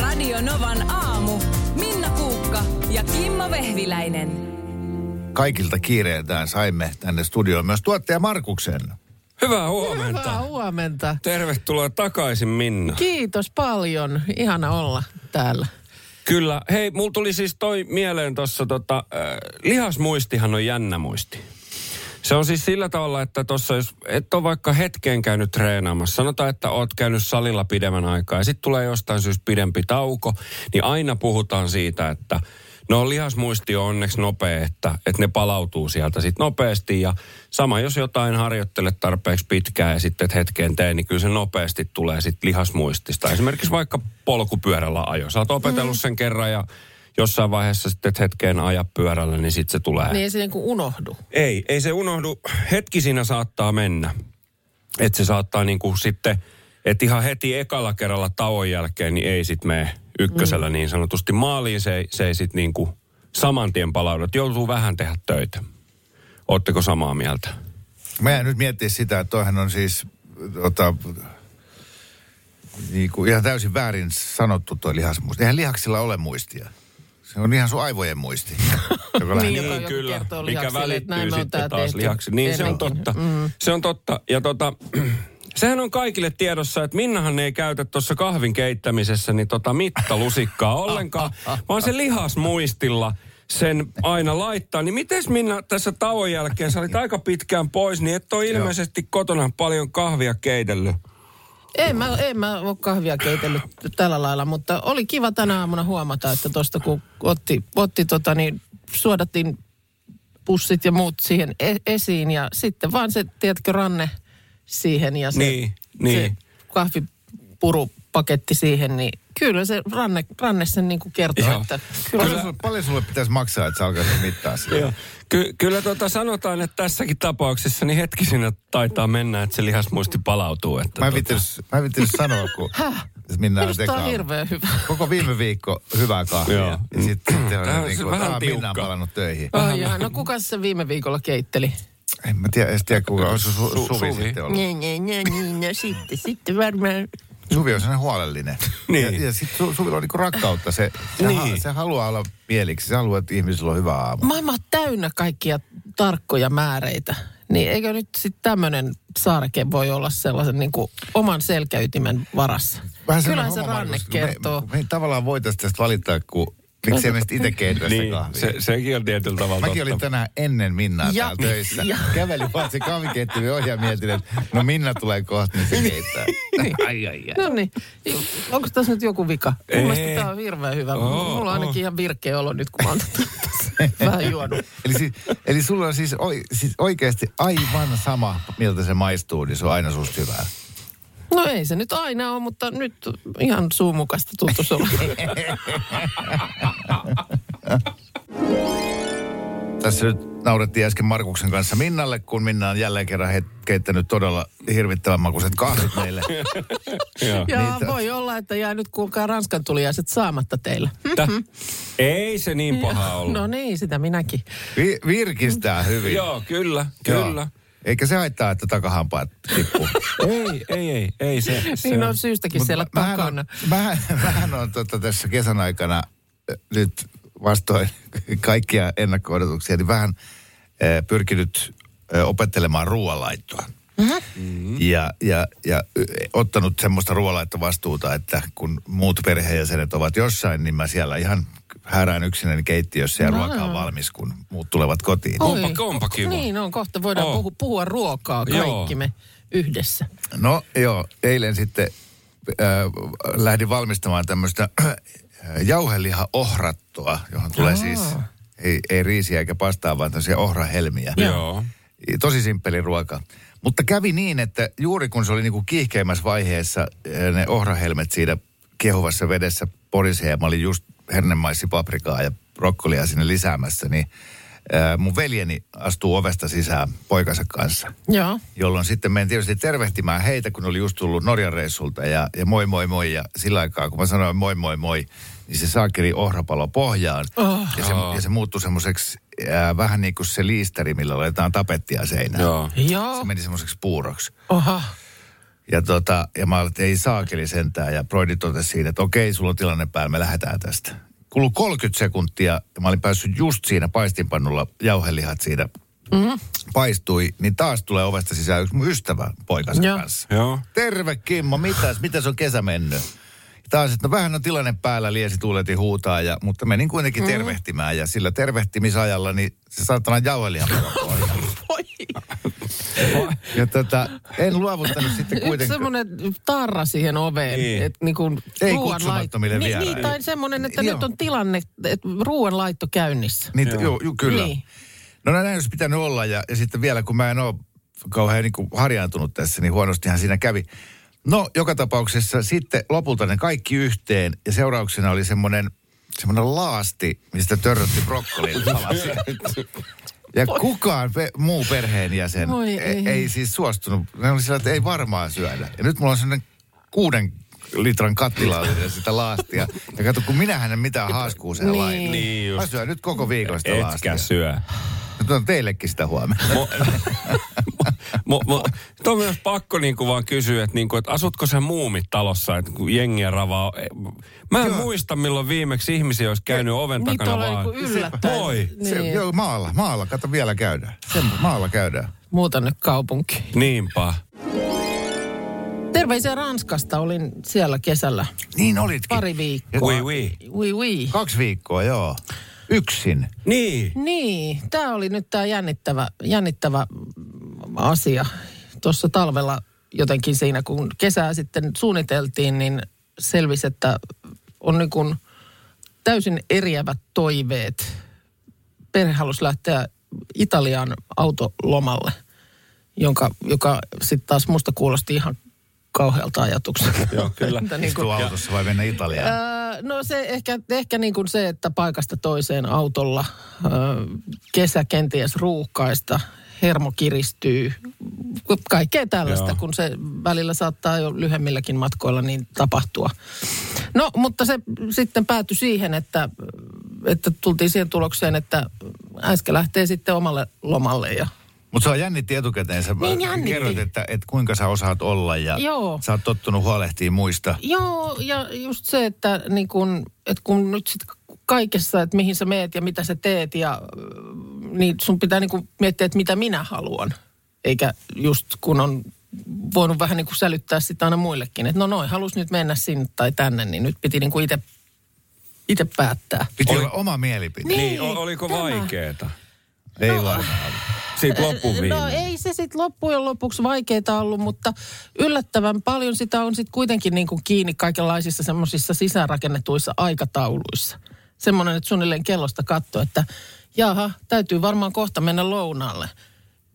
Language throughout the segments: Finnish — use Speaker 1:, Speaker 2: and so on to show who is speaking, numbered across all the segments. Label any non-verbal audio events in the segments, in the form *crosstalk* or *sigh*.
Speaker 1: Radio Novan aamu. Minna Kuukka ja Kimmo Vehviläinen.
Speaker 2: Kaikilta kiireiltään saimme tänne studioon myös tuottaja Markuksen.
Speaker 3: Hyvää huomenta.
Speaker 4: Hyvää huomenta.
Speaker 3: Tervetuloa takaisin Minna.
Speaker 4: Kiitos paljon. Ihana olla täällä.
Speaker 3: Kyllä. Hei, mulla tuli siis toi mieleen tuossa, tota, äh, lihasmuistihan on jännä muisti. Se on siis sillä tavalla, että tuossa jos et ole vaikka hetkeen käynyt treenaamassa, sanotaan, että oot käynyt salilla pidemmän aikaa ja sitten tulee jostain syystä pidempi tauko, niin aina puhutaan siitä, että no lihasmuisti on onneksi nopea, että, että ne palautuu sieltä sitten nopeasti ja sama jos jotain harjoittelet tarpeeksi pitkään ja sitten et hetkeen tee, niin kyllä se nopeasti tulee sitten lihasmuistista. Esimerkiksi vaikka polkupyörällä ajo. Sä oot opetellut sen kerran ja jossain vaiheessa sitten et hetkeen aja pyörällä, niin sitten se tulee.
Speaker 4: Niin ei se niin kuin unohdu.
Speaker 3: Ei, ei se unohdu. Hetki siinä saattaa mennä. Että se saattaa niinku sitten, että ihan heti ekalla kerralla tauon jälkeen, niin ei sit mene ykkösellä mm. niin sanotusti maaliin. Se, ei- se ei sit niinku saman tien palaudu. Et Joutuu vähän tehdä töitä. Ootteko samaa mieltä?
Speaker 2: Mä jään nyt miettiä sitä, että toihan on siis tota, niin kuin ihan täysin väärin sanottu toi lihasmuisti. Eihän lihaksilla ole muistia. Se on ihan sun aivojen
Speaker 4: *laughs*
Speaker 2: muisti. joka lähtee-
Speaker 4: Niin, joka joku kertoo
Speaker 3: mikä
Speaker 4: lihaksille,
Speaker 3: välittyy
Speaker 4: että näin me on
Speaker 3: sitten
Speaker 4: tää
Speaker 3: taas
Speaker 4: tehty Mm.
Speaker 3: lihaksi. Niin se on
Speaker 4: ennenkin.
Speaker 3: totta. Se on totta. Ja tota, *clears throat* sehän on kaikille tiedossa, että Minnahan ei käytä tuossa kahvin keittämisessä niin tota mittalusikkaa
Speaker 4: *laughs*
Speaker 3: ollenkaan, vaan se lihas muistilla sen aina laittaa. Niin miten Minna tässä tauon jälkeen, sä olit aika pitkään pois, niin et ole ilmeisesti kotona paljon kahvia keitellyt.
Speaker 4: Ei mä, ei mä ole kahvia keitellyt tällä lailla, mutta oli kiva tänä aamuna huomata, että tuosta kun otti, otti tota, niin suodattiin pussit ja muut siihen e- esiin ja sitten vaan se, tiedätkö, ranne siihen ja se,
Speaker 3: Niin, niin.
Speaker 4: se kahvipurupaketti siihen, niin kyllä se ranne, ranne sen niin kuin kertoo,
Speaker 3: Joo.
Speaker 4: että kyllä,
Speaker 2: Paljon, sulle, paljon sulle pitäisi maksaa, että sä alkaisit mittaa sitä.
Speaker 3: Joo. Ky- kyllä tota sanotaan, että tässäkin tapauksessa niin hetki siinä taitaa mennä, että se lihasmuisti palautuu. Että
Speaker 2: Mä en
Speaker 3: tota-
Speaker 2: viittis, mä en viittis sanoa, kun Minna on
Speaker 4: minusta on
Speaker 2: tekaa.
Speaker 4: hirveän hyvä.
Speaker 2: Koko viime viikko hyvää kahvia.
Speaker 3: Joo. Mm.
Speaker 2: Ja sitten sit
Speaker 3: Tää
Speaker 2: on
Speaker 3: on
Speaker 2: niin
Speaker 3: se
Speaker 2: kuin,
Speaker 3: vähän
Speaker 2: että "Aa, Minna on
Speaker 3: tiukka."
Speaker 2: palannut töihin.
Speaker 4: Ai jaa, no kuka se viime viikolla keitteli?
Speaker 2: En mä tiedä, edes tiedä kuka on se su,
Speaker 3: Su-
Speaker 2: su, suvi,
Speaker 3: Suvi.
Speaker 2: sitten ollut.
Speaker 4: Niin, niin, niin, niin, no sitten, sitten varmaan.
Speaker 2: Suvi on sellainen huolellinen.
Speaker 3: *laughs* Niin.
Speaker 2: Ja, ja sitten su, Suvilla on niinku rakkautta. Se, se,
Speaker 3: Niin.
Speaker 2: niin. ha, se haluaa olla mieliksi. Se haluaa, että ihmisillä on hyvä aamu.
Speaker 4: Maailma on täynnä kaikkia tarkkoja määreitä. Niin eikö nyt sitten tämmöinen saareke voi olla sellaisen niin kuin oman selkäytimen varassa? Kyllähän se
Speaker 2: semmoinen
Speaker 4: ranne
Speaker 2: homma, Markus, kun
Speaker 4: kertoo.
Speaker 2: Me, me, ei tavallaan voitaisiin tästä valittaa, kun miksi emme sitten itse keitä sitä
Speaker 3: Niin,
Speaker 2: kahvia.
Speaker 3: se, sekin on tietyllä tavalla
Speaker 2: Mäkin
Speaker 3: totta.
Speaker 2: olin tänään ennen Minnaa
Speaker 4: Ja-
Speaker 2: täällä töissä.
Speaker 4: ja-
Speaker 2: Kävelin vaan se kahvikeittimen ohi ja mietin, että no Minna tulee kohta, niin se keittää. ai, ai, ai.
Speaker 4: No niin, onko tässä nyt joku vika? Mun
Speaker 3: Ei.
Speaker 4: mielestä tämä on hirveän hyvä.
Speaker 3: Oo,
Speaker 4: Mulla on ainakin ihan virkeä olo nyt, kun mä oon tässä
Speaker 3: *laughs*
Speaker 4: vähän juonut.
Speaker 2: Eli, siis, eli sulla on siis, oi, siis oikeasti aivan sama, miltä se maistuu, niin se on aina susta hyvää.
Speaker 4: No ei se nyt aina ole, mutta nyt ihan suumukasta tuntuu *laughs* olla.
Speaker 2: Tässä nyt naurettiin äsken Markuksen kanssa Minnalle, kun Minna on jälleen kerran he, keittänyt todella hirvittävän makuiset kahvit meille.
Speaker 3: *laughs* Joo. niin
Speaker 4: Ja
Speaker 2: Niitä-
Speaker 4: voi olla, että jää nyt kuulkaa Ranskan tuliaiset saamatta teillä.
Speaker 3: Tä- Ei se niin paha ollut.
Speaker 4: Mm-hmm. No niin, sitä minäkin.
Speaker 2: Vi, virkistää hyvin.
Speaker 3: Joo, kyllä,
Speaker 2: Joo.
Speaker 3: kyllä.
Speaker 2: Eikä se haittaa, että takahampaat tippuu.
Speaker 3: Ei, ei, ei, ei se, se
Speaker 4: Niin on syystäkin
Speaker 2: Mut
Speaker 4: siellä
Speaker 2: mähän
Speaker 4: takana.
Speaker 2: On, mähän, *laughs* mähän on tota tässä kesän aikana äh, nyt vastoin *laughs* kaikkia ennakko-odotuksia, niin vähän äh, pyrkinyt äh, opettelemaan ruoanlaittoa. Ja, ja, ja y- ottanut semmoista ruoanlaittovastuuta, että kun muut perheenjäsenet ovat jossain, niin mä siellä ihan häärään yksinäni keittiössä ja ruoka on valmis, kun muut tulevat kotiin.
Speaker 3: Oh. Onpa- onpa kiva.
Speaker 4: Niin on, kohta voidaan
Speaker 3: On.
Speaker 4: puhua, puhua ruokaa kaikki
Speaker 3: Joo.
Speaker 4: me yhdessä.
Speaker 2: No joo, eilen sitten äh, lähdin valmistamaan tämmöistä äh, jauheliha-ohrattoa, johon tulee siis, ei, ei riisiä eikä pastaa, vaan tämmöisiä ohrahelmiä.
Speaker 3: Joo.
Speaker 2: Tosi simppeli ruoka. Mutta kävi niin, että juuri kun se oli niinku kiihkeimmässä vaiheessa, äh, ne ohrahelmet siinä kiehuvassa vedessä porisee, ja mä olin just hernemaissi paprikaa ja brokkolia sinne lisäämässä, niin äh, mun veljeni astuu ovesta sisään poikansa kanssa
Speaker 4: Joo.
Speaker 2: jolloin sitten menin tietysti tervehtimään heitä, kun ne oli just tullut Norjan reissulta ja, ja moi moi moi. Ja sillä aikaa, kun mä sanoin moi moi moi, niin se saakeli ohrapalo pohjaan. Oh. Ja, se, ja se muuttui semmoiseksi äh, vähän niin kuin se liisteri, millä laitetaan tapettia seinään.
Speaker 3: Joo.
Speaker 2: Se
Speaker 4: Joo.
Speaker 2: meni semmoiseksi puuroksi.
Speaker 4: Oha.
Speaker 2: Ja, tota, ja mä olin, että ei saakeli sentään. Ja Broidi totesi siinä, että okei, sulla on tilanne päällä, me lähdetään tästä. Kului 30 sekuntia ja mä olin päässyt just siinä paistinpannulla, jauhelihat siinä mm-hmm. paistui. Niin taas tulee ovesta sisään yksi mun ystävä poikansa
Speaker 4: Joo.
Speaker 2: kanssa.
Speaker 3: Joo.
Speaker 2: Terve Kimmo, mitäs, mitäs on kesä mennyt? Taas, että no vähän on tilanne päällä, liesi tuuleti huutaa, ja, mutta menin kuitenkin
Speaker 4: Mm-hmm.
Speaker 2: tervehtimään. Ja sillä tervehtimisajalla, niin se saatana
Speaker 4: *laughs*
Speaker 2: jauhelihan
Speaker 4: Voi.
Speaker 2: Ja tota, en luovuttanut sitten
Speaker 4: Yksi
Speaker 2: kuitenkaan.
Speaker 4: semmoinen tarra siihen oveen.
Speaker 3: Niin.
Speaker 4: Niin. Et niin kuin
Speaker 2: Ei
Speaker 4: ruoan
Speaker 2: kutsumattomille
Speaker 4: lait-
Speaker 2: vieraille.
Speaker 4: Niin, niin, tai semmoinen, että
Speaker 2: Joo.
Speaker 4: nyt on tilanne, että ruoan laitto käynnissä.
Speaker 2: Niin, joo. Joo, joo, kyllä. Niin.
Speaker 4: Niin.
Speaker 2: No näin olisi pitänyt olla ja, ja sitten vielä kun mä en ole kauhean niin kuin harjaantunut tässä, niin huonostihan siinä kävi. No joka tapauksessa sitten lopulta ne kaikki yhteen ja seurauksena oli semmoinen semmoinen laasti, mistä törrötti brokkolin palasi. Ja kukaan pe- muu perheenjäsen
Speaker 4: Voi
Speaker 2: ei, ei.
Speaker 4: ei.
Speaker 2: ei siis suostunut. Ne oli sillä, että ei varmaan syödä. Ja nyt mulla on semmoinen kuuden litran kattilallinen sitä laastia. Ja kato, kun minähän en mitään haaskuuseen niin.
Speaker 4: Niin.
Speaker 2: laita.
Speaker 3: Niin just.
Speaker 2: Mä syön nyt koko viikon sitä laastia.
Speaker 3: Etkä syö.
Speaker 2: No, tuon teillekin sitä huomenna.
Speaker 3: Mo, *laughs* mo, mo, Tuo on myös pakko niin kuin vaan kysyä, että, niin kuin, että asutko sä muumit talossa, että kun jengiä ravaa. Mä en Joo. muista, milloin viimeksi ihmisiä olisi käynyt oven
Speaker 4: Niin
Speaker 3: takana
Speaker 4: tuolla
Speaker 3: vaan.
Speaker 4: niinku yllättäen.
Speaker 3: Voi.
Speaker 4: Niin.
Speaker 2: Se, joo, maalla, maalla. Kato, vielä käydään. Sen, maalla käydään.
Speaker 4: Muuta nyt kaupunkiin.
Speaker 3: Niinpä.
Speaker 4: Terveisiä Ranskasta. Olin siellä kesällä
Speaker 2: Niin olitkin.
Speaker 4: pari viikkoa.
Speaker 3: Oui, oui.
Speaker 4: Oui, oui.
Speaker 2: Kaksi viikkoa, joo. Yksin.
Speaker 3: Niin.
Speaker 4: Niin, tämä oli nyt tämä jännittävä, jännittävä asia. Tuossa talvella jotenkin siinä, kun kesää sitten suunniteltiin, niin selvisi, että on niin kuin täysin eriävät toiveet. Perhe halusi lähteä Italiaan autolomalle, jonka, joka sitten taas musta kuulosti ihan kauhealta ajatukselta.
Speaker 3: Joo, kyllä.
Speaker 4: Että niin kuin-
Speaker 2: Istua autossa vai mennä Italiaan?
Speaker 4: Öö, no se ehkä, ehkä niin kuin se, että paikasta toiseen autolla öö, kesä kenties ruuhkaista, hermo kiristyy, kaikkea tällaista,
Speaker 3: Joo.
Speaker 4: Joo. kun se välillä saattaa jo lyhyemmilläkin matkoilla niin tapahtua. No, mutta se sitten päätyi siihen, että, että tultiin siihen tulokseen, että äsken lähtee sitten omalle lomalle ja
Speaker 2: Mutta se on jännitti etukäteen. Sä
Speaker 4: Niin jännitti.
Speaker 2: kerroit, että, että kuinka sä osaat olla ja
Speaker 4: Joo.
Speaker 2: sä oot tottunut huolehtimaan muista.
Speaker 4: Joo, ja just se, että niin kun, et kun nyt sit kaikessa, että mihin sä meet ja mitä sä teet, ja, äh, niin sun pitää niin kun miettiä, että mitä minä haluan. Eikä just kun on voinut vähän niin kuin sälyttää sitä aina muillekin, että no noin, halus nyt mennä sinne tai tänne, niin nyt piti niin kuin itse, itse päättää.
Speaker 2: Piti
Speaker 3: Oli-
Speaker 2: olla oma mielipide.
Speaker 4: Niin,
Speaker 3: Niin, o- oliko
Speaker 4: tämä.
Speaker 3: vaikeeta?
Speaker 2: Ei varmaan.
Speaker 3: Siitä loppuun
Speaker 4: No
Speaker 3: viimein.
Speaker 4: ei se sitten loppujen lopuksi vaikeita ollut, mutta yllättävän paljon sitä on sitten kuitenkin niin kuin kiinni kaikenlaisissa semmoisissa sisäänrakennetuissa aikatauluissa. Semmoinen, että suunnilleen kellosta katsoo, että jaha, täytyy varmaan kohta mennä lounaalle.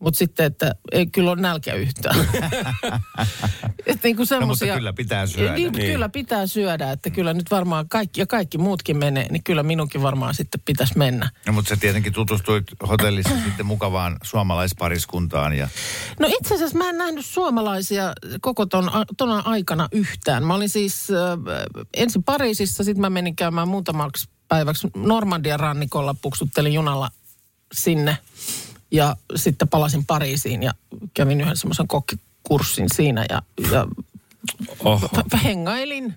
Speaker 4: Mutta sitten, että ei kyllä ole nälkä yhtään.
Speaker 2: *laughs*
Speaker 4: Et niin kuin
Speaker 2: No, mutta
Speaker 4: semmosia,
Speaker 2: kyllä pitää syödä.
Speaker 4: Niin,
Speaker 3: Niin.
Speaker 4: Kyllä pitää syödä, että kyllä nyt varmaan kaikki ja kaikki muutkin menee, niin kyllä minunkin varmaan sitten pitäisi mennä.
Speaker 2: No, mutta sä tietenkin tutustuit hotellissa sitten mukavaan suomalaispariskuntaan ja
Speaker 4: No itse asiassa mä en nähnyt suomalaisia koko ton, a- tona aikana yhtään. Mä olin siis äh, ensin Pariisissa, sitten mä menin käymään muutamaksi päiväksi Normandian rannikolla, puksuttelin junalla sinne ja sitten palasin Pariisiin ja kävin yhden semmoisen kokkikurssin siinä ja, ja
Speaker 3: Oho.
Speaker 4: p- hengailin,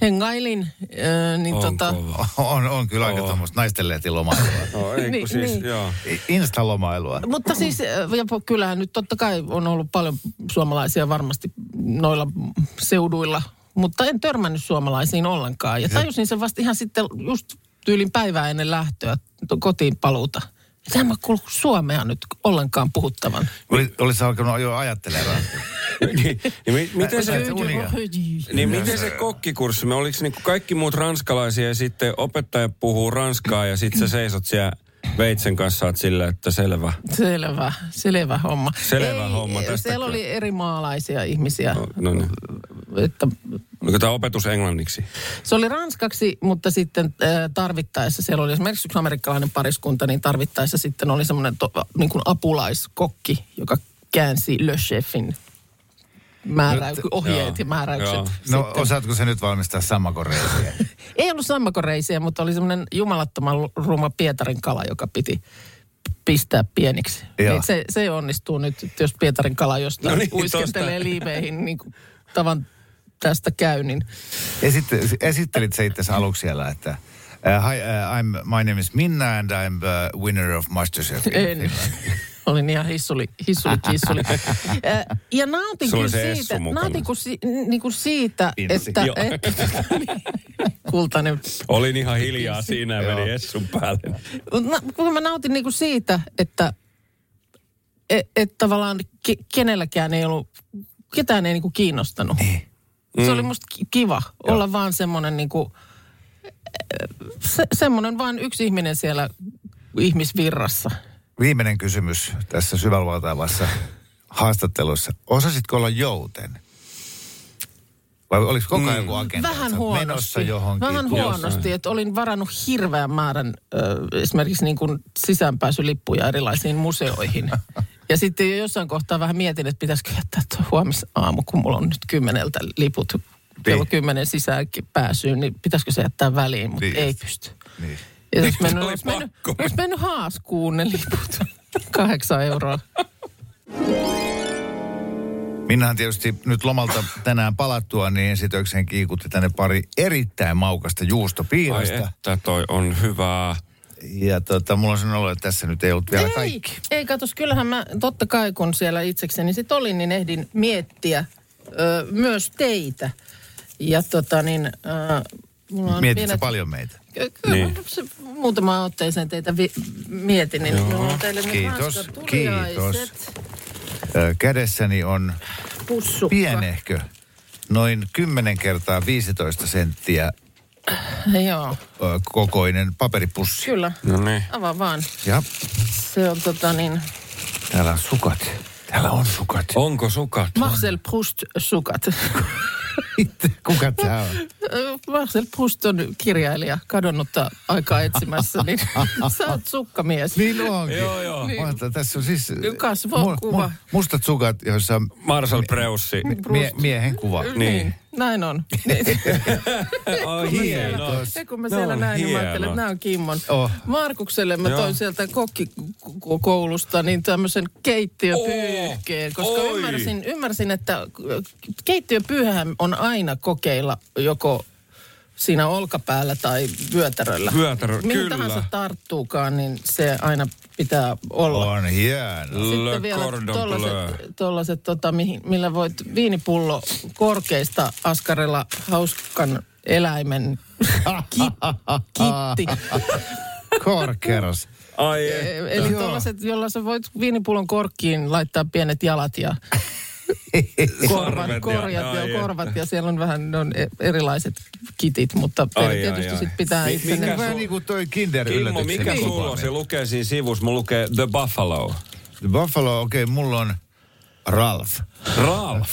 Speaker 4: hengailin, äh, niin
Speaker 3: On
Speaker 4: tota...
Speaker 3: kova.
Speaker 2: on, on kyllä aika
Speaker 3: Oo.
Speaker 2: tuommoista naisten lehtilomailua.
Speaker 3: No, ei, kun
Speaker 4: Niin,
Speaker 3: siis,
Speaker 4: niin.
Speaker 3: joo.
Speaker 2: Instalomailua.
Speaker 4: Mutta siis, äh, ja po- kyllähän nyt totta kai on ollut paljon suomalaisia varmasti noilla seuduilla, mutta en törmännyt suomalaisiin ollenkaan. Ja tajusin sen vasta ihan sitten just tyylin päivää ennen lähtöä to- kotiin paluuta. Että en mä kuullut suomea nyt ollenkaan puhuttavan.
Speaker 2: Oli, olisi alkanut jo ajattelemaan.
Speaker 3: *laughs* niin, niin, mi- miten se...
Speaker 2: Sait sä unia?
Speaker 3: Niin miten se kokkikurssi, me oliko niinku kaikki muut ranskalaisia ja sitten opettaja puhuu ranskaa ja sitten sä seisot siellä veitsen kanssa, oot sillä, että selvä.
Speaker 4: Selvä, selvä homma.
Speaker 3: Selvä homma tästä
Speaker 4: Siellä
Speaker 3: kyllä.
Speaker 4: oli eri maalaisia ihmisiä.
Speaker 3: No, no niin.
Speaker 4: Että
Speaker 3: Oliko tämä opetus englanniksi?
Speaker 4: Se oli ranskaksi, mutta sitten äh, tarvittaessa, siellä oli esimerkiksi yksi amerikkalainen pariskunta, niin tarvittaessa sitten oli semmoinen to, niin kuin apulaiskokki, joka käänsi Le Chefin määräy- ohjeet
Speaker 3: joo,
Speaker 4: ja määräykset.
Speaker 3: joo.
Speaker 2: No osaatko se nyt valmistaa sammakoreisiä?
Speaker 4: Ei ollut sammakoreisiä, mutta oli semmoinen jumalattoman ruma Pietarin kala, joka piti pistää pieniksi.
Speaker 2: Joo.
Speaker 4: Niin se, se onnistuu nyt, että jos Pietarin kala jostain
Speaker 3: No
Speaker 4: no
Speaker 3: niin,
Speaker 4: niin, uiskentelee
Speaker 3: tosta.
Speaker 4: liiveihin niin kuin tavan tästä käy, niin
Speaker 2: Esit- esittelit se itse aluksi siellä, että uh, hi, uh, I'm, my name is Minna and I'm the winner of Masterchef.
Speaker 4: en. *laughs* Olin ihan hissuli, hissuli, kissuli.
Speaker 3: *laughs*
Speaker 4: Ö, Ja nautin
Speaker 3: Se oli
Speaker 4: kyllä
Speaker 3: se Essu
Speaker 4: siitä,
Speaker 3: mukana.
Speaker 4: nautin kun si, niin kuin siitä,
Speaker 2: Pinssi.
Speaker 4: että...
Speaker 3: Joo.
Speaker 4: että *laughs* kultainen
Speaker 3: Olin ihan hiljaa siinä ja meni Essun päälle.
Speaker 4: Mut na- kun mä nautin niinku siitä, että et, et tavallaan ke, kenelläkään ei ollut, ketään ei niinku kiinnostanut. Niin. Se
Speaker 3: Mm.
Speaker 4: oli musta ki- kiva Joo. olla vaan semmoinen niinku, e-, se, semmoinen vaan yksi ihminen siellä ihmisvirrassa.
Speaker 2: Viimeinen kysymys tässä syvälvaltaavassa haastattelussa. Osasitko olla jouten? Vai oliko koko ajan joku agenda? että sä
Speaker 4: Vähän
Speaker 2: oot Menossa
Speaker 4: huonosti.
Speaker 2: johonkin.
Speaker 4: Vähän huonosti, että olin varannut hirveän määrän ö, esimerkiksi niin kuin sisäänpääsylippuja erilaisiin museoihin.
Speaker 2: *laughs*
Speaker 4: Ja sitten jo jossain kohtaa vähän mietin, että pitäisikö jättää tuo huomisaamu, kun mulla on nyt kymmeneltä liput kello
Speaker 2: Niin.
Speaker 4: kymmenen sisään pääsyyn, niin pitäisikö se jättää väliin, mutta
Speaker 2: Niin
Speaker 4: ei
Speaker 2: just.
Speaker 4: pysty.
Speaker 2: Niin.
Speaker 4: Ja olisi
Speaker 3: Oli
Speaker 4: mennyt, olisi mennyt,
Speaker 3: pakko.
Speaker 4: olisi mennyt haaskuun ne liput. *laughs* Kahdeksan euroa.
Speaker 2: Minnahan tietysti nyt lomalta tänään palattua, niin esitykseen kiikutti tänne pari erittäin maukasta
Speaker 3: Ai
Speaker 2: juustopiirasta.
Speaker 3: että toi on hyvää.
Speaker 2: Ja tota, mulla on sen olo, että tässä nyt ei ollut vielä
Speaker 4: ei,
Speaker 2: kaikki.
Speaker 4: Ei, katos, kyllähän mä totta kai kun siellä itsekseni sit olin, niin ehdin miettiä ö, myös teitä. Ja tota niin, ö, mulla on
Speaker 2: Mietit
Speaker 4: vielä...
Speaker 2: sä paljon meitä?
Speaker 4: Ky- Kyllä,
Speaker 3: Niin.
Speaker 4: niin. se, muutama otteeseen teitä vi- mietin, niin mulla on teille nyt
Speaker 2: Kiitos,
Speaker 4: hanskat,
Speaker 2: kiitos.
Speaker 4: tuliaiset,
Speaker 2: Ö, Kädessäni on
Speaker 4: Pussukka.
Speaker 2: pienehkö, noin 10 kertaa 15 senttiä
Speaker 4: Joo,
Speaker 2: ö, kokoinen paperipussi.
Speaker 4: kyllä.
Speaker 3: No niin.
Speaker 4: Avaa vaan.
Speaker 2: Ja
Speaker 4: Se on tota niin,
Speaker 2: täällä on sukat. Täällä on sukat.
Speaker 3: Onko sukat?
Speaker 4: Marcel Proust-sukat.
Speaker 2: Kuka tää on?
Speaker 4: Ö, *laughs* Marcel Proust on kirjailija, kadonnutta aikaa etsimässä, niin *laughs* sä oot sukkamies.
Speaker 2: Niin onkin.
Speaker 3: Joo, joo.
Speaker 2: Niin. Mahtavaa. Tässä on siis
Speaker 4: Kasvokuva.
Speaker 2: mustat sukat, joissa on
Speaker 3: Marcel Preussi.
Speaker 4: Niin.
Speaker 2: mie- miehen kuva.
Speaker 3: Niin. *laughs*
Speaker 4: Näin on. Niin.
Speaker 3: Oh, hieno.
Speaker 4: *laughs* Ja kun mä
Speaker 3: Ne
Speaker 4: siellä
Speaker 3: on
Speaker 4: näin, niin mä ajattelin,
Speaker 3: hienot.
Speaker 4: että nämä on Kimmon.
Speaker 2: Oh.
Speaker 4: Markukselle mä
Speaker 3: Joo.
Speaker 4: toin sieltä kokkikoulusta niin tämmöisen keittiöpyyhkeen, koska
Speaker 3: Oh, Oi.
Speaker 4: ymmärsin, ymmärsin, että äh, keittiöpyyhän on aina kokeilla joko siinä olkapäällä tai vyötäröllä.
Speaker 3: Vyötärö,
Speaker 4: Mihin
Speaker 3: kyllä.
Speaker 4: tahansa tarttuukaan, niin se aina pitää olla.
Speaker 2: On hieno.
Speaker 3: Le
Speaker 4: Sitten vielä
Speaker 3: cordon bleu.
Speaker 4: tollaset, tollaset tota, mihin, millä voit viinipullo korkeista askarella hauskan
Speaker 3: *laughs*
Speaker 4: eläimen ki, *laughs* kitti.
Speaker 2: Korkeras.
Speaker 3: Ai et.
Speaker 4: Eli tollaset, jolla sä voit viinipullon korkkiin laittaa pienet jalat ja korvat,
Speaker 3: Korvet ja-
Speaker 4: korjat ja,
Speaker 3: ai
Speaker 4: ja
Speaker 3: et.
Speaker 4: korvat ja siellä on vähän ne on e- erilaiset kitit, mutta
Speaker 3: Ai, ai,
Speaker 4: tietysti
Speaker 3: ai.
Speaker 4: sit pitää
Speaker 3: Mi-
Speaker 4: itse
Speaker 3: mikä
Speaker 4: ne-
Speaker 2: Vähän
Speaker 3: su-
Speaker 2: niin kuin toi kinder
Speaker 3: Kimmo,
Speaker 2: yllätyksen
Speaker 3: mikä sulla on? Se lukee siinä sivussa. Mulla lukee The Buffalo.
Speaker 2: Buffalo, okei, okay, mulla on Ralph.
Speaker 3: Ralph.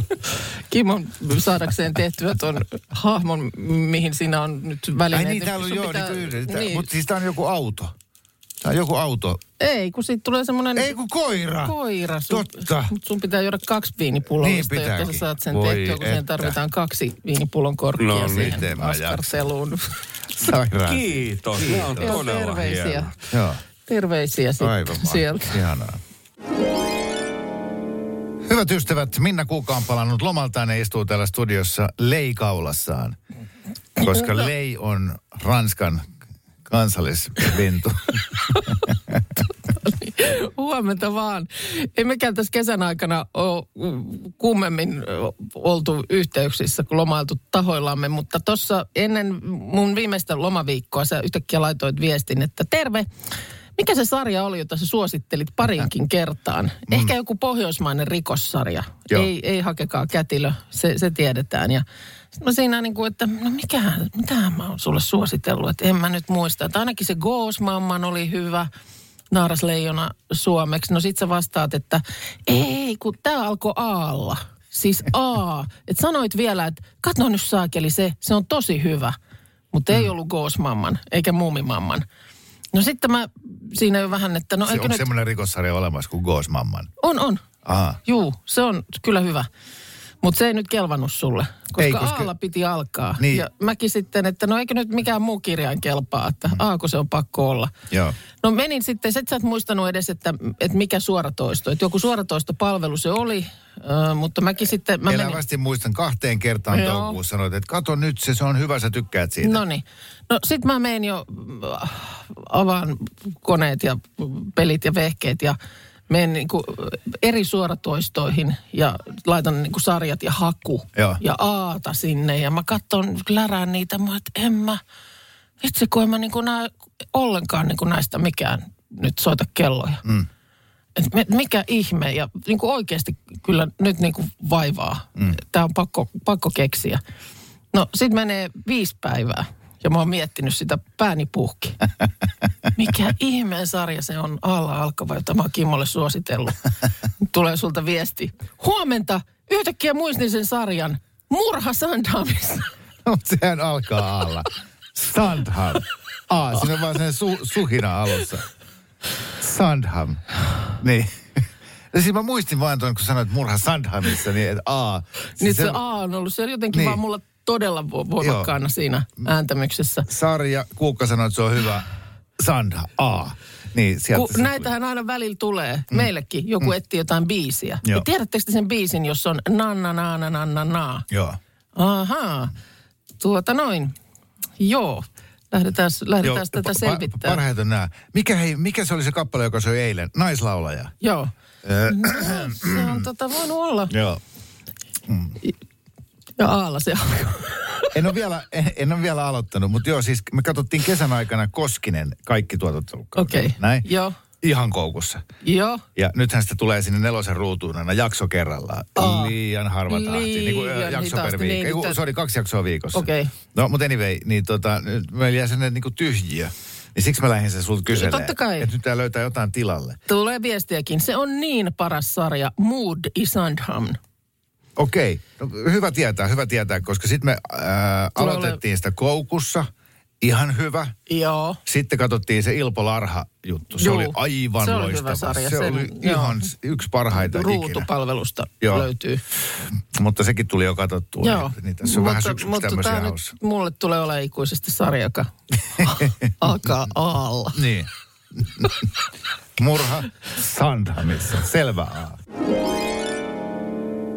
Speaker 2: *laughs*
Speaker 4: Kimon saadakseen tehtyä ton hahmon, mihin siinä on nyt
Speaker 2: Ai
Speaker 4: välineet.
Speaker 2: niin, täällä on
Speaker 4: sun
Speaker 2: joo,
Speaker 4: pitää-
Speaker 2: niin, yhden.
Speaker 4: niin.
Speaker 2: Niin. Mutta siis tää on joku auto. Tää on joku auto.
Speaker 4: Ei, kun siitä tulee semmoinen
Speaker 2: Ei kun koira.
Speaker 4: koira. Sun,
Speaker 2: Totta.
Speaker 4: *laughs* Mutta sun pitää juoda kaksi viinipullollista,
Speaker 2: Niin
Speaker 4: niin jotta
Speaker 2: pitääkin.
Speaker 4: sä saat sen
Speaker 2: Voi
Speaker 4: tehtyä, kun siihen
Speaker 2: että.
Speaker 4: tarvitaan kaksi viinipullon korkkia
Speaker 3: No
Speaker 2: miten
Speaker 4: siihen
Speaker 2: mä jaksan.
Speaker 4: askarteluun.
Speaker 2: Sairaan.
Speaker 3: Kiitos. Nämä on
Speaker 4: Joo,
Speaker 3: todella
Speaker 4: terveisiä.
Speaker 3: hieno.
Speaker 2: Joo,
Speaker 4: *laughs* Terveisiä
Speaker 2: aivan
Speaker 4: sitten sieltä. *laughs*
Speaker 2: mahtavaa. Ihanaa. Hyvät ystävät, Minna Kuuka on palannut lomaltaan ja istuu täällä studiossa leikaulassaan, koska lei on Ranskan
Speaker 4: *laughs*
Speaker 2: kansallislintu.
Speaker 4: Huomenta vaan. Ei mekään tässä kesän aikana ole kummemmin ö, oltu yhteyksissä kuin lomailtu tahoillamme, mutta tuossa ennen mun viimeistä lomaviikkoa sä yhtäkkiä laitoit viestin, että terve. Mikä se sarja oli, jota sä suosittelit parinkin kertaan? Ehkä joku pohjoismainen rikossarja.
Speaker 2: Mm. Joo.
Speaker 4: Ei, ei hakekaa kätilö, se, se tiedetään. Ja sit mä siinä niin kuin, että no mikähän, mitähän mä oon sulle suositellut, että en mä nyt muista. Että ainakin se Ghost Mamman oli hyvä, Naarasleijona suomeksi. No sit sä vastaat, että ei, kun tää alkoi aalla. Siis A. Et sanoit vielä, että katso nyt saakeli se, se on tosi hyvä. Mutta ei ollut Ghost Mamman, eikä Muumimamman. No sitten mä siinä jo vähän, että no
Speaker 2: Se,
Speaker 4: eikö
Speaker 2: onko
Speaker 4: nyt...
Speaker 2: semmoinen rikossarja olemassa kuin Ghost Mamman?
Speaker 4: On, on.
Speaker 2: Aha.
Speaker 4: Juu, se on kyllä hyvä. Mutta se ei nyt kelvannut sulle, koska,
Speaker 2: Ei,
Speaker 4: ei,
Speaker 2: koska-
Speaker 4: koska... Aalla piti alkaa.
Speaker 2: Niin.
Speaker 4: Ja mäkin sitten, että no eikö nyt mikään muu kirjain kelpaa, että mm. A, kun se on pakko olla.
Speaker 2: Joo.
Speaker 4: No menin sitten, sit sä et muistanut edes, että, että mikä suoratoisto. Että joku suoratoistopalvelu se oli, ö, mutta
Speaker 2: E-
Speaker 4: mäkin sitten... Mä menin-
Speaker 2: Elävästi muistan kahteen kertaan
Speaker 4: Joo.
Speaker 2: toukokuussa sanoit, että kato nyt se, se on hyvä, sä tykkäät siitä.
Speaker 4: No niin. No sit mä menen jo, mm, avaan koneet ja pelit ja vehkeet ja menen niinku eri suoratoistoihin ja laitan niinku sarjat ja haku
Speaker 2: Joo.
Speaker 4: ja aata sinne. Ja mä katson, lärään niitä, mä että en mä, vitsi kun en mä niinku nää, ollenkaan niinku näistä mikään nyt soita kelloja. Mm. Et me- mikä ihme ja niinku oikeasti kyllä nyt niinku vaivaa. Mm. Tämä on pakko, pakko keksiä. No sit menee viisi päivää ja mä oon miettinyt sitä pääni puhki. Mikä ihmeen sarja se on alla alkava, jota mä oon Kimmolle suositellut. Tulee sulta viesti. Huomenta, yhtäkkiä muistin sen sarjan. Murha Sandhamissa.
Speaker 2: Mutta sehän alkaa alla. Sandham. A, siinä on vaan sen su, suhina alussa. Sandham. Niin. Ja siis mä muistin vaan tuon, kun sanoit murha Sandhamissa, niin että A. Siis
Speaker 4: Nyt se A on ollut. Se on jotenkin
Speaker 2: Niin.
Speaker 4: niin. vaan mulla todella vo- voimakkaana Joo. siinä ääntämyksessä.
Speaker 2: Sarja, Kuukka sanoi, että se on hyvä. Sandha, A. Niin, sieltä
Speaker 4: Kun
Speaker 2: se-
Speaker 4: näitähän aina välillä tulee. Mm. Meillekin joku mm. etsii jotain biisiä.
Speaker 2: Joo.
Speaker 4: Ja tiedättekö te sen biisin, jos on nanna naana nanna naa?
Speaker 2: Joo.
Speaker 4: Ahaa, tuota noin. Joo, lähdetään, lähdetään
Speaker 2: Joo,
Speaker 4: tätä
Speaker 2: pa- pa-
Speaker 4: selvittämään.
Speaker 2: Parhaiten nämä. Mikä, hei, mikä se oli se kappale, joka soi eilen? Naislaulaja.
Speaker 4: Joo. No,
Speaker 2: Äh.
Speaker 4: se on tota voinut olla.
Speaker 2: Joo.
Speaker 4: Ja aalla se alkoi.
Speaker 2: En ole vielä, en, en ole vielä aloittanut, mutta joo, siis me katsottiin kesän aikana Koskinen kaikki tuotantolukaudet.
Speaker 4: Okei.
Speaker 2: Näin?
Speaker 4: Joo.
Speaker 2: Ihan koukussa.
Speaker 4: Joo.
Speaker 2: Ja nythän sitä tulee sinne nelosen ruutuun aina jakso kerrallaan.
Speaker 4: Aa.
Speaker 2: Liian harva tahti. niin kuin, ö,
Speaker 4: Liian
Speaker 2: jakso per
Speaker 4: hitaasti,
Speaker 2: viikko.
Speaker 4: niin,
Speaker 2: Ei, kun,
Speaker 4: nyt-
Speaker 2: sorry, kaksi jaksoa viikossa.
Speaker 4: Okei.
Speaker 2: No, mutta anyway, niin tota, nyt meillä jää sinne niinku tyhjiö. Niin siksi mä lähdin sen sulta kyselemään.
Speaker 4: Totta kai.
Speaker 2: Että nyt tää löytää jotain tilalle.
Speaker 4: Tulee viestiäkin. Se on niin paras sarja. Mood Isandham.
Speaker 2: Okei, no, hyvä tietää, hyvä tietää, koska sitten me ää,
Speaker 4: Tulee
Speaker 2: aloitettiin sitä koukussa, ihan hyvä.
Speaker 4: Joo.
Speaker 2: Sitten katsottiin se Ilpo Larha-juttu, se
Speaker 4: Juu,
Speaker 2: oli aivan
Speaker 4: se oli hyvä
Speaker 2: loistava.
Speaker 4: sarja,
Speaker 2: se
Speaker 4: sen-
Speaker 2: oli
Speaker 4: joo.
Speaker 2: ihan s- yksi parhaita ikinä.
Speaker 4: Ruutupalvelusta
Speaker 2: Joo.
Speaker 4: Joo. löytyy.
Speaker 2: Mutta sekin tuli jo katsottua.
Speaker 4: Joo.
Speaker 2: Niin, niin tässä on vähän syksyksi
Speaker 4: mutta
Speaker 2: tämmöisiä
Speaker 4: tää nyt
Speaker 2: haussa.
Speaker 4: mulle tulee olemaan ikuisesti
Speaker 2: *laughs*
Speaker 4: sarja, joka alkaa aalla.
Speaker 2: Niin. *laughs* Murha Sandhamissa. Selvä A.